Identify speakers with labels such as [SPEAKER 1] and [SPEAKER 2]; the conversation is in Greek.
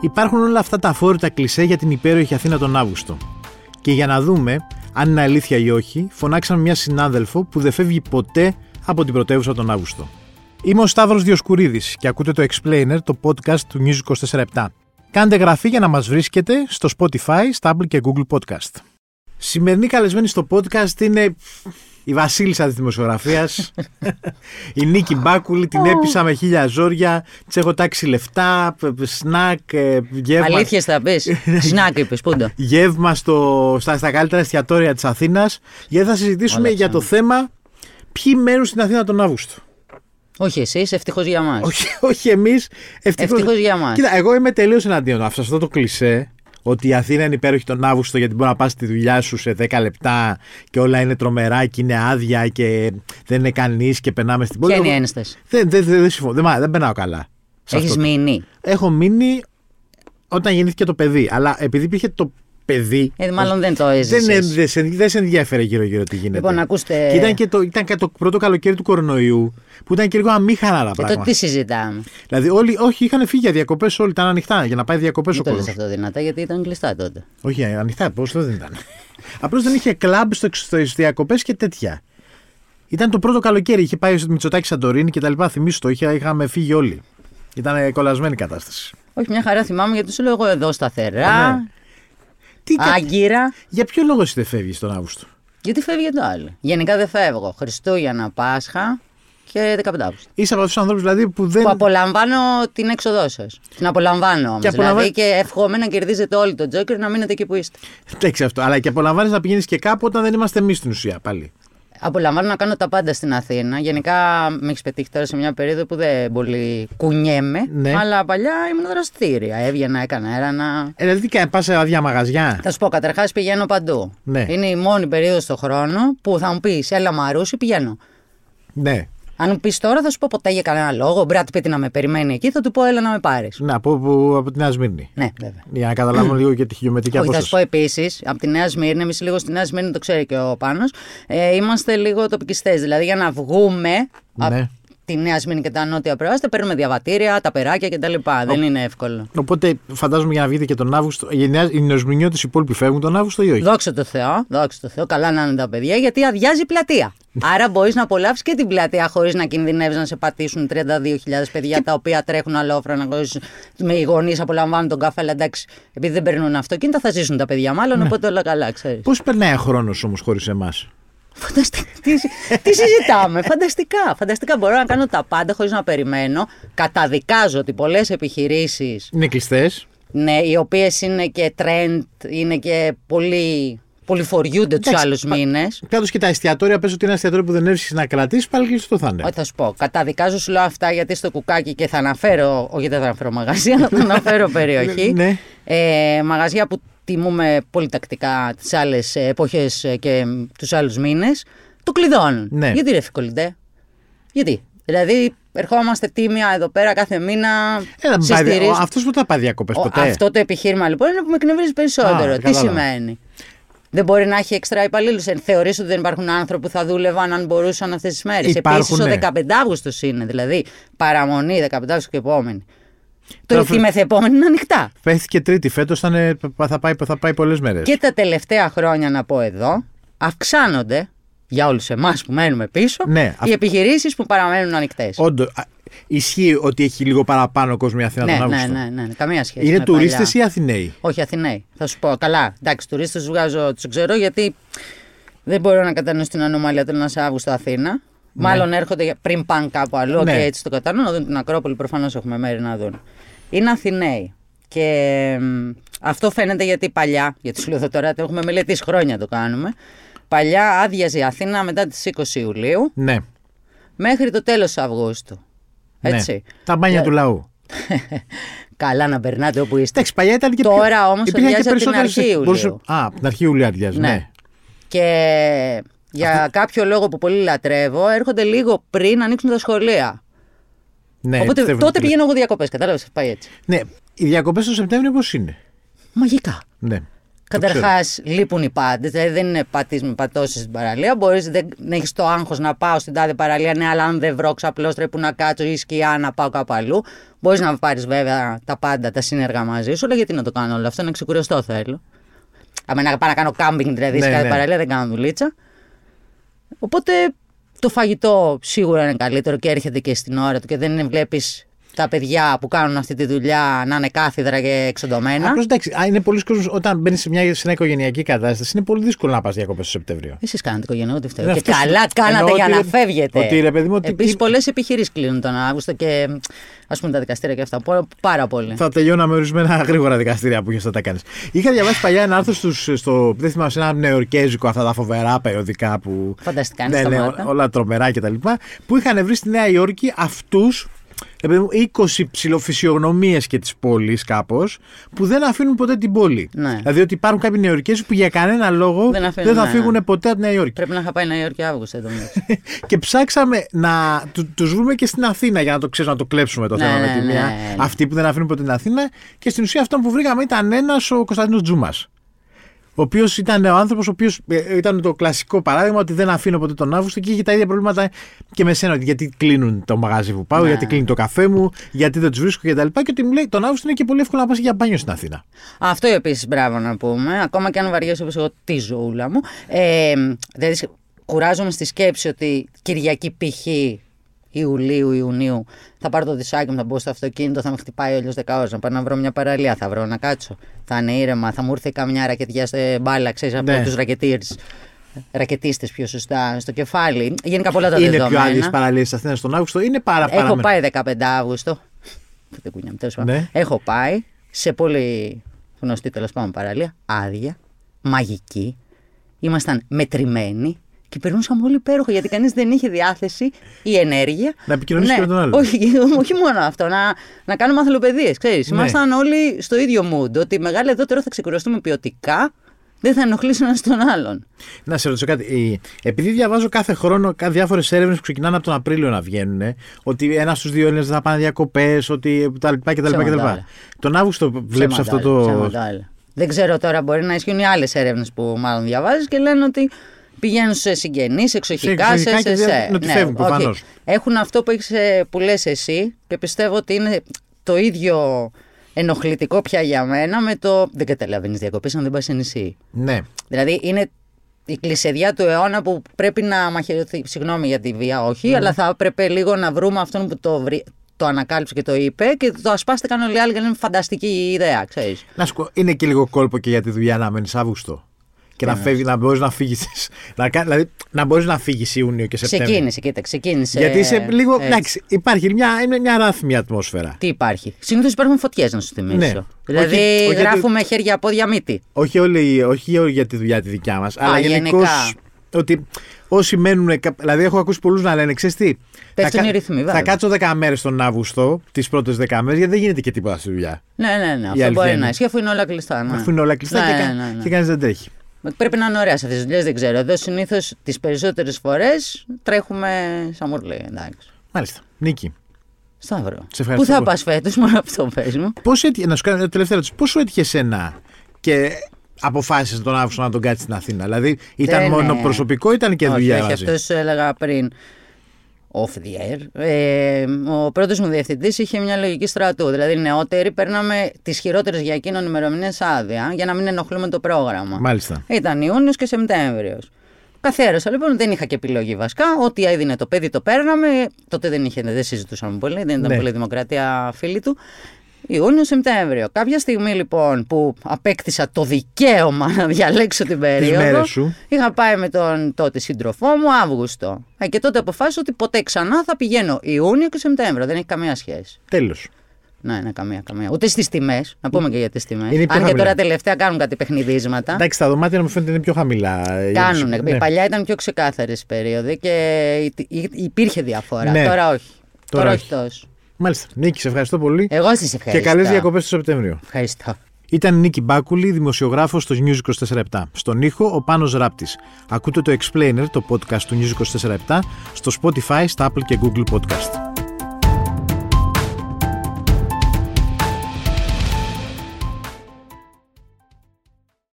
[SPEAKER 1] Υπάρχουν όλα αυτά τα αφόρητα κλισέ για την υπέροχη Αθήνα τον Αύγουστο. Και για να δούμε αν είναι αλήθεια ή όχι, φωνάξαμε μια συνάδελφο που δεν φεύγει ποτέ από την πρωτεύουσα τον Αύγουστο. Είμαι ο Σταύρος Διοσκουρίδης και ακούτε το Explainer, το podcast του News 24 Κάντε γραφή για να μας βρίσκετε στο Spotify, στα Apple και Google Podcast. Σημερινή καλεσμένη στο podcast είναι η βασίλισσα της δημοσιογραφίας, η Νίκη Μπάκουλη, την έπεισα με χίλια ζόρια, της έχω τάξει λεφτά, π- π- σνακ, ε, γεύμα,
[SPEAKER 2] Αλήθειες θα πεις.
[SPEAKER 1] Ναι.
[SPEAKER 2] Σνάκ, είπες. Πούντα.
[SPEAKER 1] γεύμα στο, στα, στα καλύτερα εστιατόρια της Αθήνας, γιατί θα συζητήσουμε
[SPEAKER 2] Όλα
[SPEAKER 1] για το θέμα ποιοι μένουν στην Αθήνα τον Αύγουστο.
[SPEAKER 2] Όχι εσείς, ευτυχώς για μας.
[SPEAKER 1] Όχι, όχι εμείς.
[SPEAKER 2] Ευτυχώς για μας.
[SPEAKER 1] Κοίτα, εγώ είμαι τελείως εναντίον αυτό. Αυτό το κλισέ ότι η Αθήνα είναι υπέροχη τον Αύγουστο γιατί μπορεί να πας στη δουλειά σου σε 10 λεπτά και όλα είναι τρομερά και είναι άδεια και δεν είναι κανείς και περνάμε στην πόλη.
[SPEAKER 2] Ποια είναι η
[SPEAKER 1] Εγώ-
[SPEAKER 2] ένσταση.
[SPEAKER 1] Δεν, δεν, δεν, δεν συμφωνώ. Δεν, μ' α- δεν περνάω καλά. σε
[SPEAKER 2] Έχεις
[SPEAKER 1] αυτό.
[SPEAKER 2] μείνει.
[SPEAKER 1] Έχω μείνει όταν γεννήθηκε το παιδί. Αλλά επειδή υπήρχε το παιδί.
[SPEAKER 2] Ε, μάλλον δεν το έζησες.
[SPEAKER 1] Δεν, ε- δεν, σε- δεν σε ενδιαφέρε γύρω-γύρω τι γίνεται.
[SPEAKER 2] Λοιπόν, ακούστε.
[SPEAKER 1] Και ήταν και το, ήταν και το πρώτο καλοκαίρι του κορονοϊού που ήταν και λίγο αμήχανα τα
[SPEAKER 2] Και Ε, το
[SPEAKER 1] πράγματα.
[SPEAKER 2] τι συζητάμε.
[SPEAKER 1] Δηλαδή, όλοι, όχι, είχαν φύγει για διακοπές, όλοι ήταν ανοιχτά για να πάει διακοπές ο
[SPEAKER 2] Μην το λε
[SPEAKER 1] κόσμο.
[SPEAKER 2] αυτό δυνατά, γιατί ήταν κλειστά τότε.
[SPEAKER 1] Όχι, ε, ανοιχτά, πώς δεν ήταν. Απλώς δεν είχε κλαμπ στο, εξ- στο διακοπές και τέτοια. Ήταν το πρώτο καλοκαίρι, είχε πάει στο Μητσοτάκι Σαντορίνη και τα λοιπά. Θυμήσου το, είχε, είχαμε φύγει όλοι. Ήταν ε, κολλασμένη η κατάσταση.
[SPEAKER 2] Όχι, μια χαρά θυμάμαι γιατί σου λέω εγώ εδώ σταθερά,
[SPEAKER 1] ναι. Τι, κα-
[SPEAKER 2] άγκυρα.
[SPEAKER 1] Για ποιο λόγο εσύ δεν φεύγεις τον Αύγουστο.
[SPEAKER 2] Γιατί φεύγει για το άλλο. Γενικά δεν φεύγω. Χριστούγεννα, Πάσχα και 15 Αύγουστο.
[SPEAKER 1] Είσαι από τους ανθρώπους δηλαδή που δεν.
[SPEAKER 2] Που απολαμβάνω την έξοδό σας. Την απολαμβάνω όμως.
[SPEAKER 1] Και απολαμβα-
[SPEAKER 2] Δηλαδή και εύχομαι να κερδίζετε όλοι τον Τζόκερ να μείνετε εκεί που είστε.
[SPEAKER 1] Εντάξει αυτό. Αλλά και απολαμβάνεις να πηγαίνεις και κάπου όταν δεν είμαστε εμείς στην ουσία πάλι.
[SPEAKER 2] Απολαμβάνω να κάνω τα πάντα στην Αθήνα. Γενικά με έχεις πετύχει τώρα σε μια περίοδο που δεν πολύ κουνιέμαι.
[SPEAKER 1] Ναι.
[SPEAKER 2] Αλλά παλιά ήμουν δραστήρια. Έβγαινα, έκανα έρανα.
[SPEAKER 1] Ε, δηλαδή πας σε αδειά μαγαζιά.
[SPEAKER 2] Θα σου πω, καταρχάς πηγαίνω παντού.
[SPEAKER 1] Ναι.
[SPEAKER 2] Είναι η μόνη περίοδος στον χρόνο που θα μου πεις Έλα Μαρούσι, πηγαίνω.
[SPEAKER 1] Ναι.
[SPEAKER 2] Αν μου πεις τώρα, θα σου πω ποτέ για κανένα λόγο. Ο Μπράτ Πίτι να με περιμένει εκεί, θα του πω Έλα να με πάρεις.
[SPEAKER 1] Να από, από, από την Ασμύρνη.
[SPEAKER 2] Ναι, βέβαια.
[SPEAKER 1] Για να καταλάβουμε λίγο και τη χιλιομετρική
[SPEAKER 2] Όχι, θα σου πω
[SPEAKER 1] απόσταση.
[SPEAKER 2] επίσης, από τη Νέα Σμύρνη, εμείς λίγο στη Νέα Σμύρνη, το ξέρει και ο Πάνος, ε, είμαστε λίγο τοπικιστές. Δηλαδή, για να βγούμε
[SPEAKER 1] Ναι.
[SPEAKER 2] από τη Νέα Σμύρνη και τα νότια προάστια, παίρνουμε διαβατήρια, τα περάκια κτλ. Δεν είναι εύκολο.
[SPEAKER 1] Οπότε φαντάζομαι για να βγείτε και τον Αύγουστο. Οι νεα- Οι νεοσμηνιώτες υπόλοιποι φεύγουν τον Αύγουστο ή όχι.
[SPEAKER 2] Δόξα τω Θεώ, δόξα τω Θεώ, καλά να είναι τα παιδιά, γιατί αδειάζει η πλατεία. Άρα μπορείς να απολαύσεις και την πλατεία χωρίς να κινδυνεύεις να σε πατήσουν 32.000 παιδιά τα οποία τρέχουν αλόφρονα. χωρίς- Με οι γονείς απολαμβάνουν τον καφέ, αλλά εντάξει, επειδή δεν παίρνουν αυτοκίνητα, θα ζήσουν τα παιδιά μάλλον, οπότε όλα καλά, ξέρεις.
[SPEAKER 1] Πώς περνάει ο χρόνος όμως χωρίς εμάς.
[SPEAKER 2] Φανταστικά. Τι, τι συζητάμε. φανταστικά. Φανταστικά. Μπορώ να κάνω τα πάντα χωρίς να περιμένω. Καταδικάζω ότι πολλές επιχειρήσεις,
[SPEAKER 1] Είναι κλειστές.
[SPEAKER 2] ναι, οι οποίες είναι και trend, είναι και πολύ. Πολυφοριούνται τους
[SPEAKER 1] Εντάξει,
[SPEAKER 2] άλλους μήνες.
[SPEAKER 1] Κάτω και τα εστιατόρια, πες ότι ένα εστιατόριο που δεν έβρισκε να κρατήσεις, πάλι κλειστό θα είναι.
[SPEAKER 2] Όχι, θα σου πω. Καταδικάζω σου λέω αυτά γιατί στο κουκάκι και θα αναφέρω. Όχι, δεν θα αναφέρω μαγαζιά, θα αναφέρω περιοχή.
[SPEAKER 1] Ναι.
[SPEAKER 2] Ε, μαγαζιά που τιμούμε πολύ τακτικά τις άλλες εποχές και τους άλλους μήνες. Το κλειδώνουν.
[SPEAKER 1] Ναι.
[SPEAKER 2] Γιατί ρε φικολιντέ. Γιατί. Δηλαδή, ερχόμαστε τίμια εδώ πέρα κάθε μήνα.
[SPEAKER 1] Έλα, μην
[SPEAKER 2] σε
[SPEAKER 1] πάει-
[SPEAKER 2] στηρίζει-
[SPEAKER 1] ο- Ε, αυτός που τα πάει διακοπές
[SPEAKER 2] Ο-
[SPEAKER 1] ποτέ.
[SPEAKER 2] Αυτό το επιχείρημα λοιπόν είναι που με εκνευρίζει περισσότερο.
[SPEAKER 1] Α,
[SPEAKER 2] Τι
[SPEAKER 1] κατάλαβα.
[SPEAKER 2] σημαίνει. Δεν μπορεί να έχει εξτρά υπαλλήλους. Θεωρείς ότι δεν υπάρχουν άνθρωποι που θα δούλευαν αν μπορούσαν αυτές τις μέρες. Επίσης, ο
[SPEAKER 1] Υπάρχουνε.
[SPEAKER 2] 15 Αύγουστο είναι, δηλαδή παραμονή 15 Αύγουστο και επόμενη.
[SPEAKER 1] Τώρα
[SPEAKER 2] Το
[SPEAKER 1] φε-
[SPEAKER 2] τη μεθεπόμενη είναι ανοιχτά.
[SPEAKER 1] Πέθηκε τρίτη φέτος, θα, είναι- θα πάει, θα πάει πολλές μέρες.
[SPEAKER 2] Και τα τελευταία χρόνια, να πω εδώ, αυξάνονται για όλους εμάς που μένουμε πίσω
[SPEAKER 1] Ναι, αυ-
[SPEAKER 2] οι επιχειρήσεις που παραμένουν ανοιχτές.
[SPEAKER 1] Όντως, ισχύει ότι έχει λίγο παραπάνω κόσμο η Αθήνα
[SPEAKER 2] Ναι,
[SPEAKER 1] τον
[SPEAKER 2] ναι,
[SPEAKER 1] Αύγουστο.
[SPEAKER 2] ναι, ναι, ναι, καμία σχέση.
[SPEAKER 1] Είναι
[SPEAKER 2] με
[SPEAKER 1] τουρίστες ή
[SPEAKER 2] παλιά.
[SPEAKER 1] Αθηναίοι.
[SPEAKER 2] Όχι Αθηναίοι. Θα σου πω. Καλά. Εντάξει, τουρίστες του βγάζω, τους ξέρω γιατί δεν μπορώ να κατανοήσω την ανομαλία του να σε Αύγουστο Αθήνα. Μάλλον έρχονται για- πριν πάνε κάπου αλλού
[SPEAKER 1] Ναι.
[SPEAKER 2] και έτσι το κατανοώ. Να δουν την Ακρόπολη. Προφανώς έχουμε μέρη να δουν. Είναι Αθηναίοι. Και μ, αυτό φαίνεται γιατί παλιά, γιατί σου λέω εδώ τώρα, το έχουμε μελετήσει χρόνια το κάνουμε. Παλιά άδειαζε η Αθήνα μετά τις 20 Ιουλίου
[SPEAKER 1] Ναι.
[SPEAKER 2] μέχρι το τέλος Αυγούστου.
[SPEAKER 1] ναι.
[SPEAKER 2] Έτσι. Ε,
[SPEAKER 1] Τα μπάνια του λαού.
[SPEAKER 2] Καλά να περνάτε όπου είστε.
[SPEAKER 1] Εντάξει, παλιά ήταν και πιο-
[SPEAKER 2] Τώρα όμως
[SPEAKER 1] υπήρχαν
[SPEAKER 2] αδειάζει από την
[SPEAKER 1] περισσότερες-
[SPEAKER 2] αρχή Ιουλίου.
[SPEAKER 1] μπορούσε- Α, από την αρχή Ιουλίου αδειάζει, ναι.
[SPEAKER 2] Ναι. Και για κάποιο λόγο που πολύ λατρεύω, έρχονται λίγο πριν να ανοίξουν τα σχολεία.
[SPEAKER 1] ναι.
[SPEAKER 2] Οπότε
[SPEAKER 1] πιστεύω
[SPEAKER 2] τότε
[SPEAKER 1] ότι-
[SPEAKER 2] πηγαίνω εγώ διακοπές. Κατάλαβες, πάει έτσι.
[SPEAKER 1] Ναι, οι διακοπές του Σεπτέμβριο πώς είναι.
[SPEAKER 2] Μαγικά.
[SPEAKER 1] Ναι.
[SPEAKER 2] Καταρχά, λείπουν οι πάντες. Δηλαδή δεν είναι πατή με πατώσεις στην παραλία. Μπορείς να έχεις το άγχος να πάω στην τάδε παραλία. Ναι, αλλά αν δεν βρω ξαπλώστρα που να κάτσω ή σκιά να πάω κάπου αλλού. Μπορείς να πάρεις βέβαια τα πάντα, τα σύνεργα μαζί σου. Αλλά γιατί να το κάνω όλο αυτό, να ξεκουραστώ θέλω. Αν να πάω να κάνω κάμπινγκ δηλαδή
[SPEAKER 1] Ναι,
[SPEAKER 2] σε κάθε
[SPEAKER 1] ναι.
[SPEAKER 2] παραλία, δεν κάνω δουλίτσα. Οπότε το φαγητό σίγουρα είναι καλύτερο και έρχεται και στην ώρα του και δεν βλέπεις τα παιδιά που κάνουν αυτή τη δουλειά να είναι κάθιδρα και εξοντωμένα.
[SPEAKER 1] Απλώς εντάξει, α, είναι πολλοί κόσμοι όταν μπαίνεις σε μια σε ένα οικογενειακή κατάσταση, είναι πολύ δύσκολο να πας διακοπές το Σεπτέμβριο.
[SPEAKER 2] Εσείς κάνατε οικογένεια, ούτε φταίω.
[SPEAKER 1] Ναι,
[SPEAKER 2] Και
[SPEAKER 1] αυτός σου-
[SPEAKER 2] καλά κάνατε
[SPEAKER 1] εννοώ
[SPEAKER 2] για
[SPEAKER 1] ότι-
[SPEAKER 2] να φεύγετε.
[SPEAKER 1] ότι, ρε παιδί μου, ότι-
[SPEAKER 2] Επίσης, πολλές επιχειρήσεις κλείνουν τον Αύγουστο και ας πούμε τα δικαστήρια και αυτά. Πο- Πάρα πολύ.
[SPEAKER 1] Θα τελειώναμε ορισμένα γρήγορα δικαστήρια που είχε να τα κάνεις. Είχα διαβάσει παλιά ένα άρθρο στους, στο. Δεν θυμάμαι, σε ένα νεοερκέζικο, αυτά τα φοβερά περιοδικά που.
[SPEAKER 2] Φανταστικά,
[SPEAKER 1] ναι,
[SPEAKER 2] είναι
[SPEAKER 1] ναι,
[SPEAKER 2] σταμάτα.
[SPEAKER 1] ό- όλα τρομερά κτλ. Που είχαν βρει στη Νέα Υόρκη αυτούς. 20 ψηλοφυσιογνωμίες και τη πόλη, κάπως, που δεν αφήνουν ποτέ την πόλη.
[SPEAKER 2] Ναι.
[SPEAKER 1] Δηλαδή ότι υπάρχουν κάποιοι Νεοϊορκέζοι που για κανένα λόγο
[SPEAKER 2] Δεν αφήνουν,
[SPEAKER 1] θα
[SPEAKER 2] ναι, ναι.
[SPEAKER 1] φύγουν ποτέ από τη Νέα Υόρκη.
[SPEAKER 2] Πρέπει να είχα πάει Νέα Υόρκη Αύγουστο εδώ μεταξύ.
[SPEAKER 1] και ψάξαμε να του τους βρούμε και στην Αθήνα για να το ξέρουμε, να το κλέψουμε το
[SPEAKER 2] Ναι,
[SPEAKER 1] θέμα με
[SPEAKER 2] ναι,
[SPEAKER 1] τη
[SPEAKER 2] ναι,
[SPEAKER 1] μία.
[SPEAKER 2] ναι.
[SPEAKER 1] Αυτοί που δεν αφήνουν ποτέ την Αθήνα. Και στην ουσία αυτόν που βρήκαμε ήταν ένας ο Κωνσταντίνος Τζούμας. Ο οποίος ήταν ο άνθρωπος, ο οποίος ήταν το κλασικό παράδειγμα ότι δεν αφήνω ποτέ τον Αύγουστο και είχε τα ίδια προβλήματα και με σένα. ότι Γιατί κλείνουν το μαγαζί που πάω,
[SPEAKER 2] Ναι.
[SPEAKER 1] γιατί κλείνει το καφέ μου, γιατί δεν τους βρίσκω κτλ. Και, ότι μου λέει τον Αύγουστο είναι και πολύ εύκολο να πας για μπάνιο στην Αθήνα.
[SPEAKER 2] Αυτό επίσης μπράβο να πούμε. Ακόμα και αν βαριέσαι όπως εγώ τη ζωούλα μου. Ε, δηλαδή, σε- κουράζομαι στη σκέψη ότι Κυριακή π.χ. Ιουλίου, Ιουνίου, θα πάρω το δισάκι μου, θα μπω στο αυτοκίνητο, θα με χτυπάει όλο 10 ώρε. Να πάω να βρω μια παραλία, θα βρω να κάτσω. Θα είναι ήρεμα, θα μου έρθει καμιά ρακετιά στο ε, μπάλα, ξέρεις από
[SPEAKER 1] Ναι.
[SPEAKER 2] τους ρακετήρες Ρακετίστες πιο σωστά στο κεφάλι. Γενικά πολλά τα
[SPEAKER 1] είναι πιο
[SPEAKER 2] δεδομένα.
[SPEAKER 1] άλλε παραλίε τη Αθήνα τον Αύγουστο, είναι πάρα πάρα
[SPEAKER 2] Έχω
[SPEAKER 1] με-
[SPEAKER 2] πάει 15 Αύγουστο. Δεν κουνιάμαι, τέλος πάντων.
[SPEAKER 1] Ναι.
[SPEAKER 2] Έχω πάει σε πολύ γνωστή τέλος πάντων παραλία. Άδεια, μαγική. Ήμασταν μετρημένοι και περνούσαμε όλοι υπέροχα γιατί κανείς δεν είχε διάθεση ή ενέργεια. Ναι.
[SPEAKER 1] Να επικοινωνήσεις και με τον άλλον.
[SPEAKER 2] Όχι, όχι μόνο αυτό, να, να κάνουμε αθλοπαιδίε. Ξέρεις,
[SPEAKER 1] Ναι.
[SPEAKER 2] Ήμασταν όλοι στο ίδιο mood. Ότι μεγάλα εδώ τώρα θα ξεκουραστούμε ποιοτικά, δεν θα ενοχλήσουμε ένα τον άλλον.
[SPEAKER 1] Να σε ρωτήσω κάτι. Ε, Επειδή διαβάζω κάθε χρόνο διάφορες έρευνες που ξεκινάνε από τον Απρίλιο να βγαίνουν, ε, ότι ένα στους δύο Έλληνες δεν θα πάνε διακοπές, ότι τα λοιπά κτλ.
[SPEAKER 2] Ψέματα
[SPEAKER 1] κτλ.
[SPEAKER 2] όλα.
[SPEAKER 1] Τον Αύγουστο βλέπει
[SPEAKER 2] Ψέματα
[SPEAKER 1] αυτό
[SPEAKER 2] όλα,
[SPEAKER 1] το.
[SPEAKER 2] ψέματα όλα. Δεν ξέρω τώρα, μπορεί να ισχύουν οι άλλες έρευνες που μάλλον διαβάζεις και λένε ότι πηγαίνουν σε συγγενείς, εξοχικά,
[SPEAKER 1] Σε
[SPEAKER 2] σε.
[SPEAKER 1] εξοχικά
[SPEAKER 2] σε,
[SPEAKER 1] και
[SPEAKER 2] σε,
[SPEAKER 1] δεν- ότι φεύγουν,
[SPEAKER 2] όχι.
[SPEAKER 1] προφανώς.
[SPEAKER 2] Έχουν αυτό που, έχεις, ε, που λες εσύ και πιστεύω ότι είναι το ίδιο ενοχλητικό πια για μένα με το. Δεν καταλαβαίνεις διακοπές αν δεν πας σε νησί.
[SPEAKER 1] Ναι.
[SPEAKER 2] Δηλαδή είναι η κλεισεδιά του αιώνα που πρέπει να μαχαιρωθεί. Συγγνώμη για τη βία, όχι,
[SPEAKER 1] Ναι.
[SPEAKER 2] αλλά θα έπρεπε λίγο να βρούμε αυτόν που το, βρει- το ανακάλυψε και το είπε και το ασπάστηκαν όλοι οι άλλοι και λένε φανταστική ιδέα, ξέρεις.
[SPEAKER 1] Να σου πω, είναι και λίγο κόλπο και για τη δουλειά να μένεις Αύγουστο. Και
[SPEAKER 2] Ναι.
[SPEAKER 1] να, φεύγει, να μπορείς να φύγεις. να, κα- δηλαδή, να μπορείς να φύγεις Ιούνιο και Σεπτέμβριο.
[SPEAKER 2] Ξεκίνησε, κοίτα, ξεκίνησε.
[SPEAKER 1] Γιατί είσαι λίγο.
[SPEAKER 2] έτσι.
[SPEAKER 1] Εντάξει, υπάρχει μια, είναι μια ράθμια ατμόσφαιρα.
[SPEAKER 2] Τι υπάρχει. Συνήθως υπάρχουν φωτιές, να σου θυμίσω.
[SPEAKER 1] Ναι.
[SPEAKER 2] Δηλαδή
[SPEAKER 1] Όχι- όχι γιατί-
[SPEAKER 2] γράφουμε χέρια, πόδια, μύτη.
[SPEAKER 1] Όχι, όλοι, όχι όλοι για τη δουλειά τη δικιά μας, αλλά γενικώ.
[SPEAKER 2] γενικά.
[SPEAKER 1] Ότι όσοι μένουν. κα- Δηλαδή, έχω ακούσει πολλούς να λένε: Ξέρεις τι.
[SPEAKER 2] Πέφτουν
[SPEAKER 1] θα, κα-
[SPEAKER 2] οι ρυθμοί,
[SPEAKER 1] θα
[SPEAKER 2] βέβαια.
[SPEAKER 1] κάτσω 10 μέρες τον Αύγουστο, τις πρώτες 10 μέρες, γιατί δεν γίνεται και τίποτα στη δουλειά.
[SPEAKER 2] Ναι, ναι, ναι.
[SPEAKER 1] αλήθεια
[SPEAKER 2] Αυτό μπορεί
[SPEAKER 1] είναι.
[SPEAKER 2] να ισχύει αφού είναι όλα κλειστά. Ναι.
[SPEAKER 1] Αφού είναι όλα κλειστά
[SPEAKER 2] Ναι,
[SPEAKER 1] και,
[SPEAKER 2] ναι,
[SPEAKER 1] κα-
[SPEAKER 2] ναι, ναι.
[SPEAKER 1] και κανείς δεν τρέχει.
[SPEAKER 2] Πρέπει να είναι ωραίε αυτές τις δουλειές, δεν ξέρω. Εδώ συνήθως τις περισσότερες φορές τρέχουμε σαν μουρλή. Εντάξει.
[SPEAKER 1] Μάλιστα. Νίκη.
[SPEAKER 2] Σταύρο.
[SPEAKER 1] Σε ευχαριστώ
[SPEAKER 2] Πού θα
[SPEAKER 1] πολύ.
[SPEAKER 2] πας φέτος, μόνο αυτό πες μου.
[SPEAKER 1] Πώς έτυχε, να σου κάνω μια τελευταία ερώτηση, πώς σου έτυχε εσένα και αποφάσισες τον Αύγουστο να τον κάτσεις στην Αθήνα. Δηλαδή, ήταν
[SPEAKER 2] Δεν,
[SPEAKER 1] μόνο
[SPEAKER 2] ε,
[SPEAKER 1] προσωπικό, ήταν και
[SPEAKER 2] όχι,
[SPEAKER 1] δουλειά.
[SPEAKER 2] Όχι,
[SPEAKER 1] μαζί.
[SPEAKER 2] αυτός σου έλεγα πριν. Off the air. Ε, ο πρώτος μου διευθυντής είχε μια λογική στρατού. Δηλαδή, νεότεροι παίρναμε τις χειρότερες για εκείνον ημερομηνίες άδεια για να μην ενοχλούμε το πρόγραμμα.
[SPEAKER 1] Μάλιστα.
[SPEAKER 2] Ήταν Ιούνιος και Σεπτέμβριος. Καθαίρεσα λοιπόν, δεν είχα και επιλογή βασικά. Ό,τι έδινε το παιδί το παίρναμε. Τότε δεν, είχε, δεν συζητούσαμε πολύ, δεν ήταν
[SPEAKER 1] Ναι.
[SPEAKER 2] πολύ δημοκρατία φίλη του. Ιούνιο-Σεπτέμβριο. Κάποια στιγμή λοιπόν που απέκτησα το δικαίωμα να διαλέξω την περίοδο.
[SPEAKER 1] μέρες σου.
[SPEAKER 2] Είχα πάει με τον τότε σύντροφό μου Αύγουστο. Ε, και τότε αποφάσισα ότι ποτέ ξανά θα πηγαίνω Ιούνιο και Σεπτέμβριο. Δεν έχει καμία σχέση.
[SPEAKER 1] Τέλος.
[SPEAKER 2] Ναι, ναι, καμία, καμία. Ούτε στις τιμές. Να πούμε και για τις τιμές.
[SPEAKER 1] Ε, Είναι
[SPEAKER 2] Αν
[SPEAKER 1] πιο
[SPEAKER 2] και
[SPEAKER 1] χαμηλά.
[SPEAKER 2] τώρα τελευταία κάνουν κάτι παιχνιδίσματα.
[SPEAKER 1] Εντάξει, τα δωμάτια μου φαίνεται είναι πιο χαμηλά. ε, για τους-
[SPEAKER 2] Κάνουν.
[SPEAKER 1] ναι.
[SPEAKER 2] Παλιά ήταν πιο ξεκάθαρε οι περίοδοι και υ- υ- υπήρχε διαφορά.
[SPEAKER 1] Ναι.
[SPEAKER 2] Τώρα όχι.
[SPEAKER 1] Τώρα
[SPEAKER 2] Τώρα,
[SPEAKER 1] όχι.
[SPEAKER 2] όχι τόσο.
[SPEAKER 1] Μάλιστα. Νίκη, σε ευχαριστώ πολύ.
[SPEAKER 2] Εγώ σας ευχαριστώ.
[SPEAKER 1] Και καλές διακοπές το Σεπτέμβριο.
[SPEAKER 2] Ευχαριστώ.
[SPEAKER 1] Ήταν η Νίκη Μπάκουλη, δημοσιογράφος στο News 24-7. Στον ήχο, ο Πάνος Ράπτης. Ακούτε το Explainer, το podcast του News 24-7, στο Spotify, στα Apple και Google Podcast.